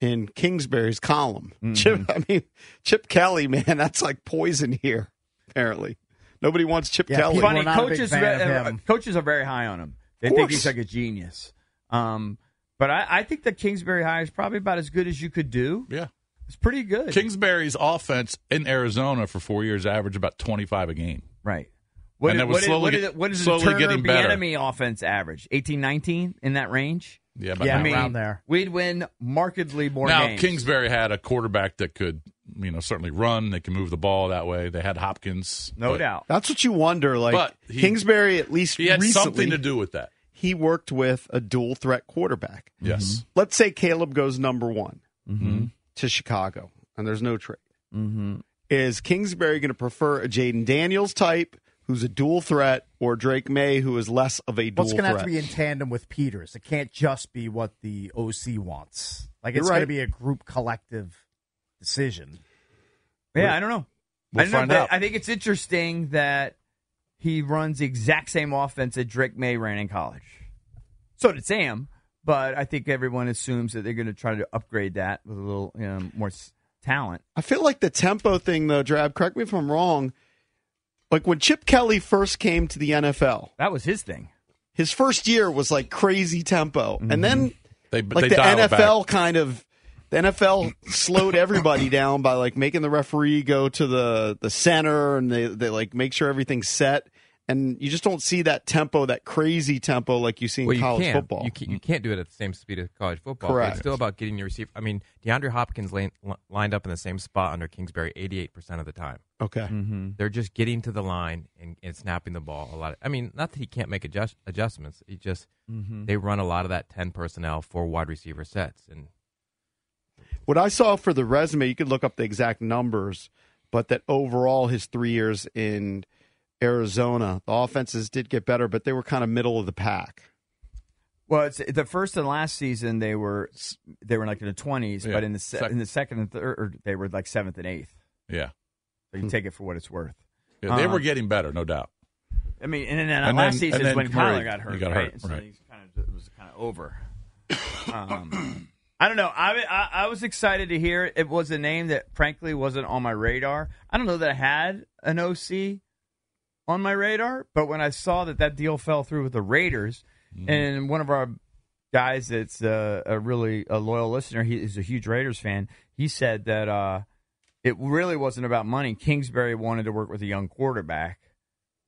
in Kingsbury's column.
Mm-hmm.
Chip, I mean, Chip Kelly, man, that's like poison here, apparently. Nobody wants Chip
Yeah,
Kelly.
people
funny
We're not a big
coaches
fan
re-
of
uh,
him.
coaches are very high on him. They
Of
think
course.
he's like a genius. Um, but I, I think the Kingsbury hire is probably about as good as you could do.
Yeah.
It's pretty good,
Kingsbury's offense in Arizona for four years averaged about 25 a game.
right? What,
And that was
what is-
slowly
what
get-
is- what is
slowly
the Turner
getting better.
Bieniemy offense average? 18, 19 in that range.
Yeah, about
Yeah,
that.
I mean,
now,
around there.
We'd win markedly more. games.
Kingsbury had a quarterback that could, you know, certainly run. They can move the ball that way. They had Hopkins,
no
but
doubt.
That's what you wonder. Like
But he-
Kingsbury, at least
He had
recently,
something to do with that.
he worked with a dual threat quarterback.
Yes,
Let's say Caleb goes number one
Mm-hmm.
to Chicago, and there's no trade.
Mm-hmm.
is Kingsbury going to prefer a Jaden Daniels type who's a dual threat or Drake May who is less of a dual
What's going to
threat?
have to be in tandem with Peters? It can't just be what the OC wants. Like
You're
it's
right.
going to be a group collective decision.
Yeah, I don't know.
We'll
I don't know,
find
but
out.
I think it's interesting that he runs the exact same offense that Drake May ran in college. So did Sam, but I think everyone assumes that they're going to try to upgrade that with a little you know, more s- talent.
I feel like the tempo thing though, Drab, correct me if I'm wrong. Like when Chip Kelly first came to the NFL,
That was his thing.
his first year was like crazy tempo. And then
Mm-hmm.
they
like
they
the
dial it
NFL
back.
kind of the NFL slowed everybody down by like making the referee go to the the center and they they like make sure everything's set and you just don't see that tempo that crazy tempo like you see in
well, you
college
can.
football. Mm.
You, can, you can't do it at the same speed as college football. but
Correct.
It's still about getting your receiver. I mean, DeAndre Hopkins lane, li- lined up in the same spot under Kingsbury 88% of the time.
Okay.
They're just getting to the line and, and snapping the ball a lot. I mean, not that he can't make adjust, adjustments. He just they run a lot of that 10 personnel for wide receiver sets and
What I saw for the resume, you could look up the exact numbers, but that overall his three years in Arizona, the offenses did get better, but they were kind of middle of the pack.
Well, it's the first and last season they were they were like in the twenties,
Yeah.
but in the se-
Sec-
in the second and third they were like seventh and eighth.
Yeah,
So you take it for what it's worth.
yeah they
Um,
were getting better, no doubt.
I mean, and then,
And
last
then-
season
and
is
then
when Kyler
Murray-
got hurt.
he got
right?
hurt,
So
right.
he's kind of, it was kind of over. Um, I don't know. I, I I was excited to hear it. It was a name that, frankly, wasn't on my radar. I don't know that I had an OC on my radar, but when I saw that that deal fell through with the Raiders,
Mm-hmm.
and one of our guys that's uh, a really a loyal listener, he is a huge Raiders fan. He said that uh, it really wasn't about money. Kingsbury wanted to work with a young quarterback,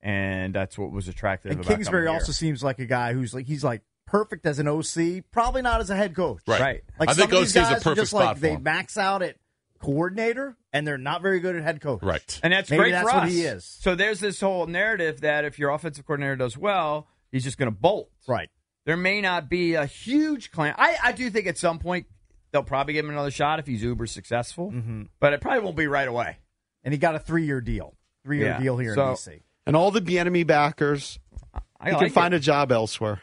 and that's what was attractive.
And
about coming
Kingsbury
here.
also seems like a guy who's like he's like perfect as an OC, probably not as a head coach.
Right.
Right.
Like
I
some
think
of
OC
these
is
guys
a
are
perfect
just
spot
like
for
they
him.
max out at coordinator and they're not very good at head coach.
Right.
And that's
Maybe
great
that's
for
what
us.
he is.
So there's this whole narrative that if your offensive coordinator does well, he's just going to bolt.
Right.
There may not be a huge claim. I, I do think at some point they'll probably give him another shot if he's uber successful, but it probably won't be right away.
Mm-hmm. And he got a three year deal. Three year
Yeah.
deal here
So-
in DC.
And all the enemy backers,
I
he
like
can
it.
find a job elsewhere.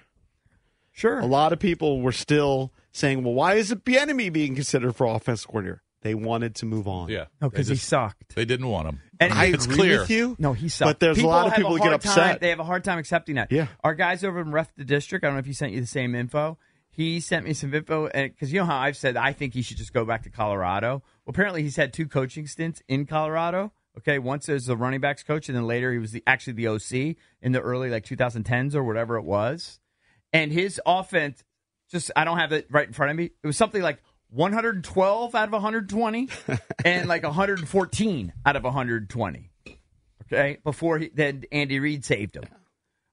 sure.
A lot of people were still saying, "Well, why isn't enemy being considered for offense coordinator?" They wanted to move on.
Yeah,
No,
They
because he
just-
sucked.
They didn't want him.
And
I
it's
agree
clear.
with you.
No, he sucked.
But there's a lot of
have
people who get
hard time-
upset.
they have a hard time accepting that.
Yeah.
Our guys over in Ref the District, I don't know if he sent you the same info. He sent me some info because you know how I've said I think he should just go back to Colorado. Well, apparently he's had two coaching stints in Colorado. Okay, once as the running backs coach, and then later he was the actually the OC in the early like 2010s or whatever it was. And his offense, just I don't have it right in front of me. It was something like 112 out of 120, and like 114 out of 120. Okay, before he, then Andy Reid saved him.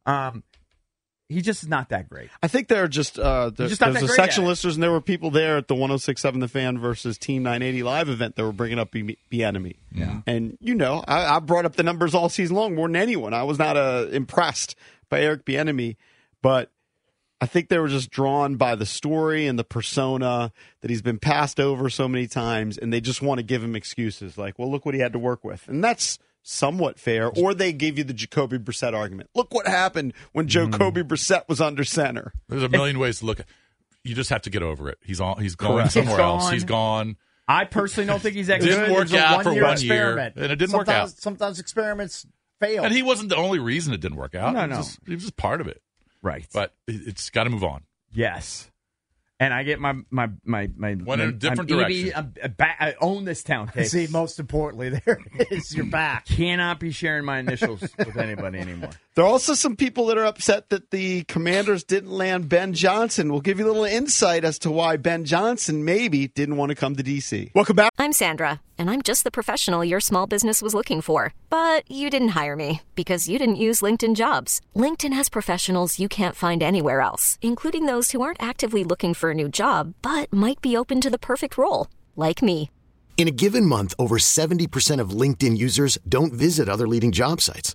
Um, he just is not that great.
I think there are just uh, there,
You're just not
there's
that
a
great
section
at it.
listeners, and there were people there at the 106.7 The Fan versus Team 980 live event that were bringing up the enemy. Yeah, and you know, I, I brought up the numbers all season long more than anyone. I was not uh, impressed by Eric Bieniemy, but I think they were just drawn by the story and the persona that he's been passed over so many times, and they just want to give him excuses like, "Well, look what he had to work with," and that's somewhat fair. Or they gave you the Jacoby Brissett argument. Look what happened when Jacoby Brissett was under center.
There's a million ways to look at. You just have to get over it. He's on. He's gone somewhere
He's
else.
gone.
He's gone.
I personally don't think he's that
Didn't
good.
work
It was a
out for
one-year
one year,
experiment.
and it didn't work
sometimes,
out.
Sometimes experiments fail.
And he wasn't the only reason it didn't work out.
No,
It was
no.
just- He was just part of it.
Right.
But it- it's got to move on.
Yes. And I get my my my my
Went in a different
I'm
direction.
EB, I'm, i ba- I own this town. Okay?
See, most importantly, there it is your back.
cannot be sharing my initials with anybody anymore.
There are also some people that are upset that the commanders didn't land Ben Johnson. We'll give you a little insight as to why Ben Johnson maybe didn't want to come to D.C. Welcome back.
I'm Sandra, and I'm just the professional your small business was looking for. But you didn't hire me because you didn't use LinkedIn jobs. LinkedIn has professionals you can't find anywhere else, including those who aren't actively looking for a new job but might be open to the perfect role, like me.
In a given month, over 70% of LinkedIn users don't visit other leading job sites.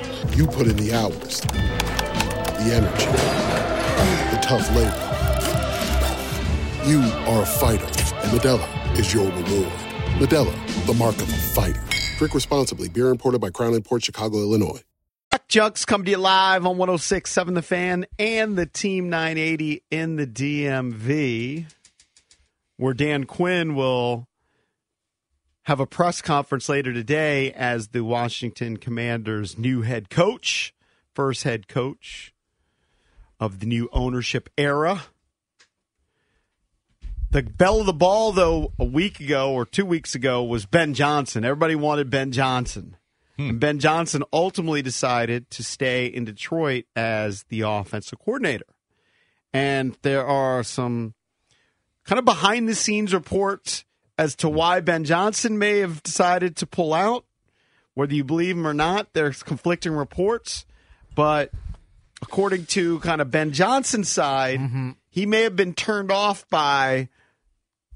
You put in the hours, the energy, the tough labor. You are a fighter, and Medella is your reward. Medella, the mark of a fighter. Drink responsibly. Beer imported by Crown Port Chicago, Illinois.
Jucks come to you live on 106.7 The Fan and the Team 980 in the DMV, where Dan Quinn will have a press conference later today as the Washington Commanders' new head coach, first head coach of the new ownership era. The bell of the ball, though, a week ago or two weeks ago was Ben Johnson. Everybody wanted Ben Johnson. And Ben Johnson ultimately decided to stay in Detroit as the offensive coordinator. And there are some kind of behind the scenes reports as to why Ben Johnson may have decided to pull out. Whether you believe him or not, there's conflicting reports. But according to kind of Ben Johnson's side,
Mm-hmm.
he may have been turned off by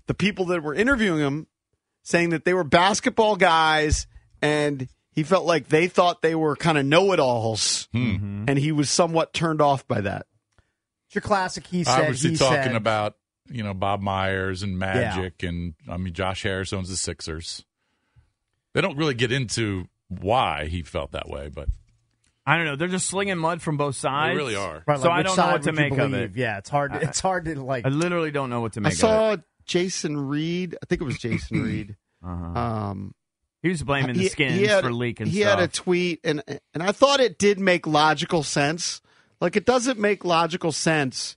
the people that were interviewing him saying that they were basketball guys and he felt like they thought they were kind of know it alls.
Hmm.
And he was somewhat turned off by that.
It's your classic. He said.
Obviously,
he
talking
said.
about you know Bob Myers and Magic, and I mean Josh Harris owns the Sixers. They don't really get into why he felt that way, but
I don't know. They're just slinging mud from both sides.
They really are.
Right,
so
like,
I
which
don't know
side
what to
would you
make of it.
believe? Yeah, it's hard.
I-
it's hard to like.
I literally don't know what to
I
make of it.
saw Jason Reed. I think it was Jason Reed. Um,
Uh-huh. He was blaming the
he-
skins
he had-
for leak and
he
stuff.
had a tweet, and and I thought it did make logical sense. Like it doesn't make logical sense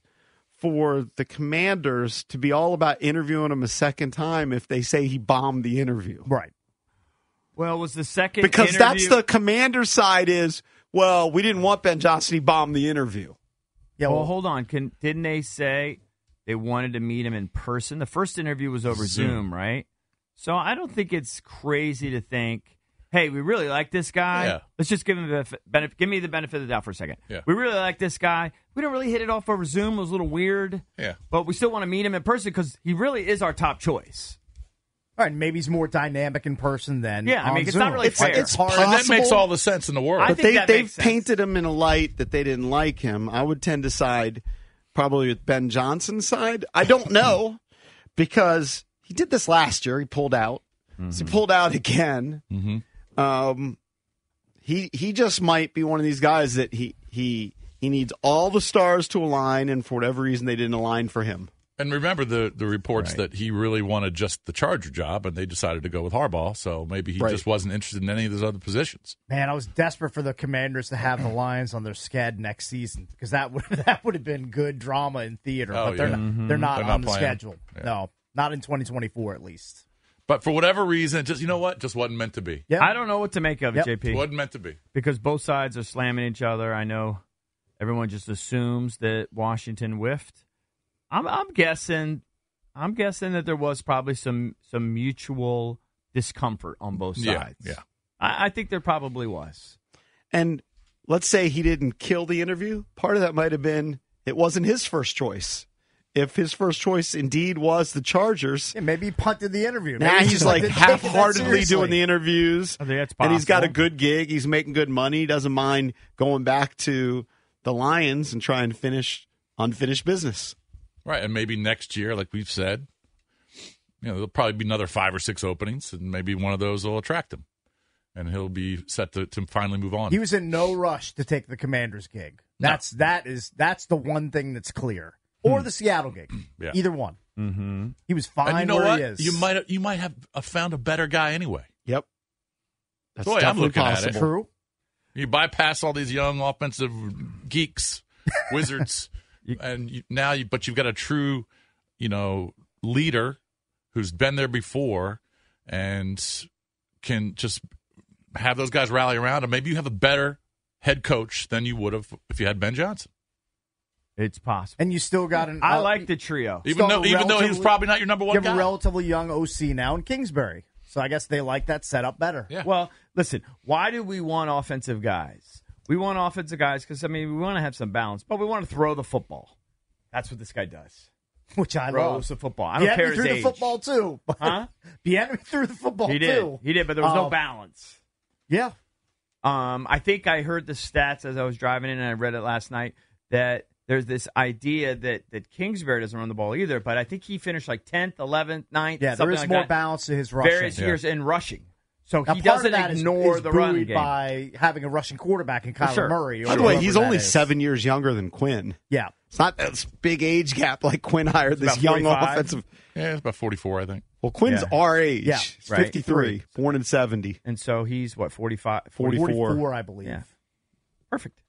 for the commanders to be all about interviewing him a second time if they say he bombed the interview.
Right.
well, was the second
because that's
interview-
the commander side is well we didn't want ben johnson he bombed the interview
Yeah, well, hold on. Can didn't they say they wanted to meet him in person? The first interview was over Zoom,
Zoom.
right? So I don't think it's crazy to think hey, we really like this guy.
Yeah.
Let's just give him the benefit. Give me the benefit of the doubt for a second.
Yeah.
We really like this guy. We don't really hit it off over Zoom. It was a little weird.
Yeah.
But we still want to meet him in person because he really is our top choice.
All right, maybe he's more dynamic in person than
Yeah, I
on
mean, it's
Zoom.
not really fair.
hard.
And that makes all the sense in the world.
but they they've painted him in a light that they didn't like him. I would tend to side probably with Ben Johnson's side. I don't know because he did this last year. He pulled out.
Mm-hmm.
So he pulled out again. Um, he he just might be one of these guys that he he he needs all the stars to align, and for whatever reason they didn't align for him.
And remember the the reports that he really wanted just the Charger job, and they decided to go with Harbaugh. So maybe he
Right.
just wasn't interested in any of those other positions.
Man, I was desperate for the Commanders to have the Lions on their scad next season because that would that would have been good drama in theater.
Oh,
but they're
yeah.
not,
Mm-hmm.
Mhm.
they're not
They're not
on the
playing.
schedule. No, not in 2024 at least.
But for whatever reason, just you know what, just wasn't meant to be.
I don't know what to make of it, JP.
wasn't meant to be.
because both sides are slamming each other. I know everyone just assumes that Washington whiffed. I'm, I'm guessing, I'm guessing that there was probably some some mutual discomfort on both
Yeah,
sides.
yeah.
I, I think there probably was.
And let's say he didn't kill the interview. Part of that might have been it wasn't his first choice. If his first choice indeed was the Chargers,
Yeah, maybe he punted the interview.
now
Maybe
he's like
didn't take it that
half-heartedly
seriously.
doing the interviews, and he's got a good gig. He's making good money. He doesn't mind going back to the Lions and trying to finish unfinished business.
Right, and maybe next year, like we've said, you know, there'll probably be another five or six openings, and maybe one of those will attract him, and he'll be set to, to finally move on.
He was in no rush to take the Commanders gig. That's that is that's the one thing that's clear,
Hmm.
or the Seattle gig.
Yeah.
Either one.
Mm-hmm.
He was fine
and you know
where
what?
he is.
You might you might have uh, found a better guy anyway.
Yep. That's
That's the way I'm
definitely
looking at it.
possible. True.
You bypass all these young offensive geeks, wizards, and you, now you but you've got a true, you know, leader who's been there before and can just have those guys rally around and maybe you have a better head coach than you would have if you had Ben Johnson.
It's possible.
And you still got an.
I
uh,
like the trio.
Even
still
though- even though he was
relatively-
probably not your number one
You have
guy.
a relatively young OC now in Kingsbury, so I guess they like that setup better.
Well, listen, why do we want offensive guys? We want offensive guys because, I mean, we want to have some balance, but we want to throw the football. That's what this guy does.
Which I
Throws
love.
the football. I don't
Bieniemy
care his
threw
age.
the football too. but-
Huh?
Bieniemy threw the football
he did.
too.
He did, but there was
Uh,
no balance.
Yeah.
Um, I think I heard the stats as I was driving in, and I read it last night that there's this idea that that Kingsbury doesn't run the ball either, but I think he finished like 10th, 11th, 9th.
Yeah, there
something
is
like
more
that.
balance to his rushing.
Various years in rushing. So
Now,
he
part
doesn't
of that is-
ignore
is
the run
buoyed
game.
by having a rushing quarterback in Kyler Murray. or
By the way,
whoever
he's
that
only
is.
seven years younger than Quinn.
Yeah.
It's not
uh,
this big age gap like Quinn hired
It's
this
about
young
45.
offensive.
Yeah, it's about 44, I think.
Well, Quinn's
Yeah.
our age.
Yeah,
He's
right.
53, born in 70.
And so he's what, 45?
44.
44, I believe.
Yeah. Perfect.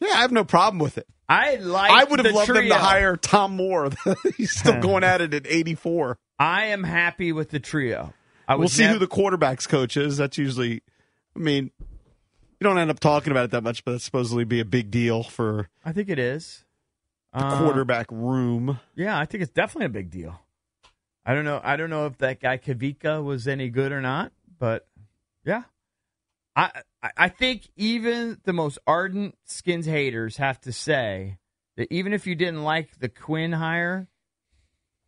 Yeah, I have no problem with it.
I like
I would have
the
loved them
trio.
to hire Tom Moore. He's still going at it at 84.
I am happy with the trio. I
we'll
was
see
nev-
who the quarterback's coach is. That's usually, I mean, you don't end up talking about it that much, but that's supposedly be a big deal for
I think it is.
the
Uh,
quarterback room.
Yeah, I think it's definitely a big deal. I don't know. I don't know if that guy Kavika was any good or not, but yeah, I I I think even the most ardent skins haters have to say that even if you didn't like the Quinn hire,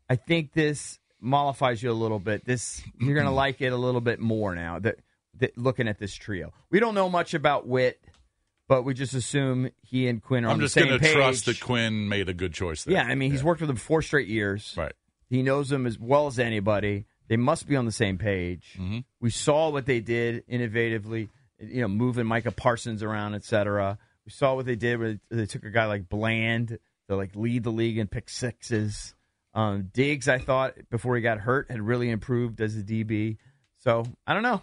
I think this mollifies you a little bit. This you're gonna like it a little bit more now that, that looking at this trio. We don't know much about Wit, but we just assume he and Quinn are on
I'm
the
just
same
gonna
page.
trust that Quinn made a good choice there.
Yeah, I mean, he's worked with them four straight years.
Right.
He knows them as well as anybody. They must be on the same page.
Mm-hmm.
We saw what they did innovatively, you know, moving Micah Parsons around, et cetera. We saw what they did where they took a guy like Bland to like lead the league in pick sixes. Um, Diggs, I thought before he got hurt, had really improved as a DB. So I don't know.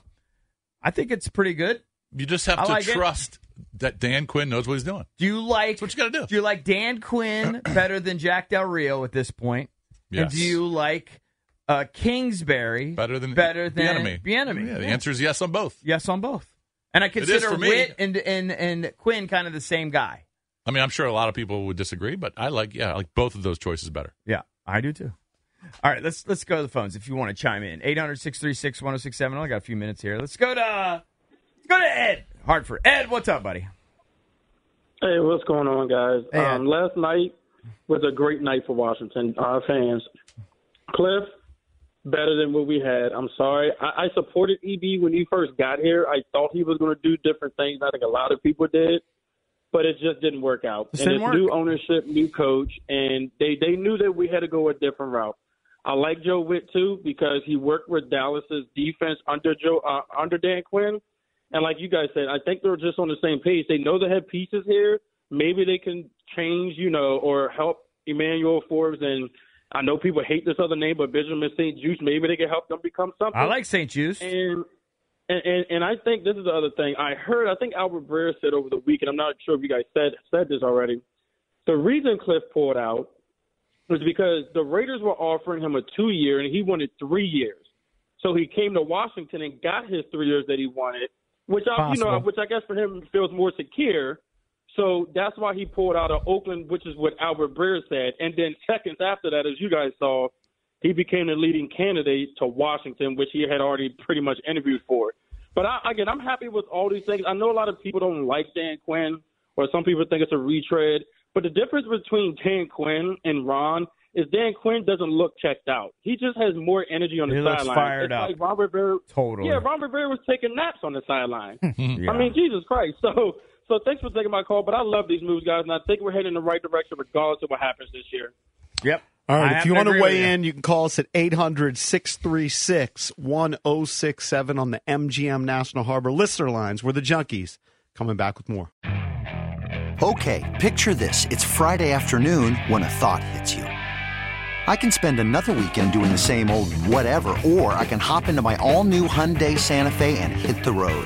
I think it's pretty good.
You just have
I
to
like it.
trust that Dan Quinn knows what he's doing.
Do you like
what you got to do?
Do you like Dan Quinn better than Jack Del Rio at this point? And
Yes.
do you like uh, Kingsbury
Better than
better than
Bieniemy.
Bieniemy?
Yeah, the answer is yes on both.
Yes on both. And I
It is
consider
for me.
Witt and, and and Quinn kind of the same guy.
I mean, I'm sure a lot of people would disagree, but I like yeah, I like both of those choices better.
Yeah, I do too. All oh right, let's let's go to the phones if you want to chime in. 800-636-1067. I only got a few minutes here. Let's go to go to Ed Hartford. Ed, what's up, buddy?
Hey, what's going on, guys? um, last night was a great night for Washington our fans. Cliff, better than what we had. I'm sorry. I, I supported EB when he first got here. I thought he was going to do different things. I think a lot of people did, but it just didn't work out.
This
and
didn't
it's
work.
new ownership, new coach, and they they knew that we had to go a different route. I like Joe Witt too because he worked with Dallas's defense under Joe uh, under Dan Quinn. And like you guys said, I think they're just on the same page. They know they have pieces here. Maybe they can change, you know, or help Emmanuel Forbes. And I know people hate this other name, but Benjamin St. Juice. Maybe they can help them become something.
I like St. Juice.
And, and and and I think this is the other thing. I heard. I think Albert Breer said over the weekend. I'm not sure if you guys said said this already. The reason Cliff pulled out was because the Raiders were offering him a two year, and he wanted three years. So he came to Washington and got his three years that he wanted, which I, you know,
Possible.
which I guess for him feels more secure. So that's why he pulled out of Oakland, which is what Albert Breer said. And then seconds after that, as you guys saw, he became the leading candidate to Washington, which he had already pretty much interviewed for. But I, again, I'm happy with all these things. I know a lot of people don't like Dan Quinn, or some people think it's a retread. But the difference between Dan Quinn and Ron is Dan Quinn doesn't look checked out. He just has more energy on the
He
sideline.
looks fired
It's
up.
Like Ron Rivera,
Totally.
Yeah, Ron Rivera was taking naps on the sideline.
Yeah.
I mean, Jesus Christ. So, so thanks for taking my call. But I love these moves, guys, and I think we're heading in the right direction, regardless of what happens this year.
Yep.
All
I
right.
have
If you
to
want to
agree with
weigh
you.
in, you can call us at 800 636 1067 on the MGM National Harbor listener lines. We're the junkies. Coming back with more.
Okay, picture this. It's Friday afternoon when a thought hits you. I can spend another weekend doing the same old whatever, or I can hop into my all new Hyundai Santa Fe and hit the road.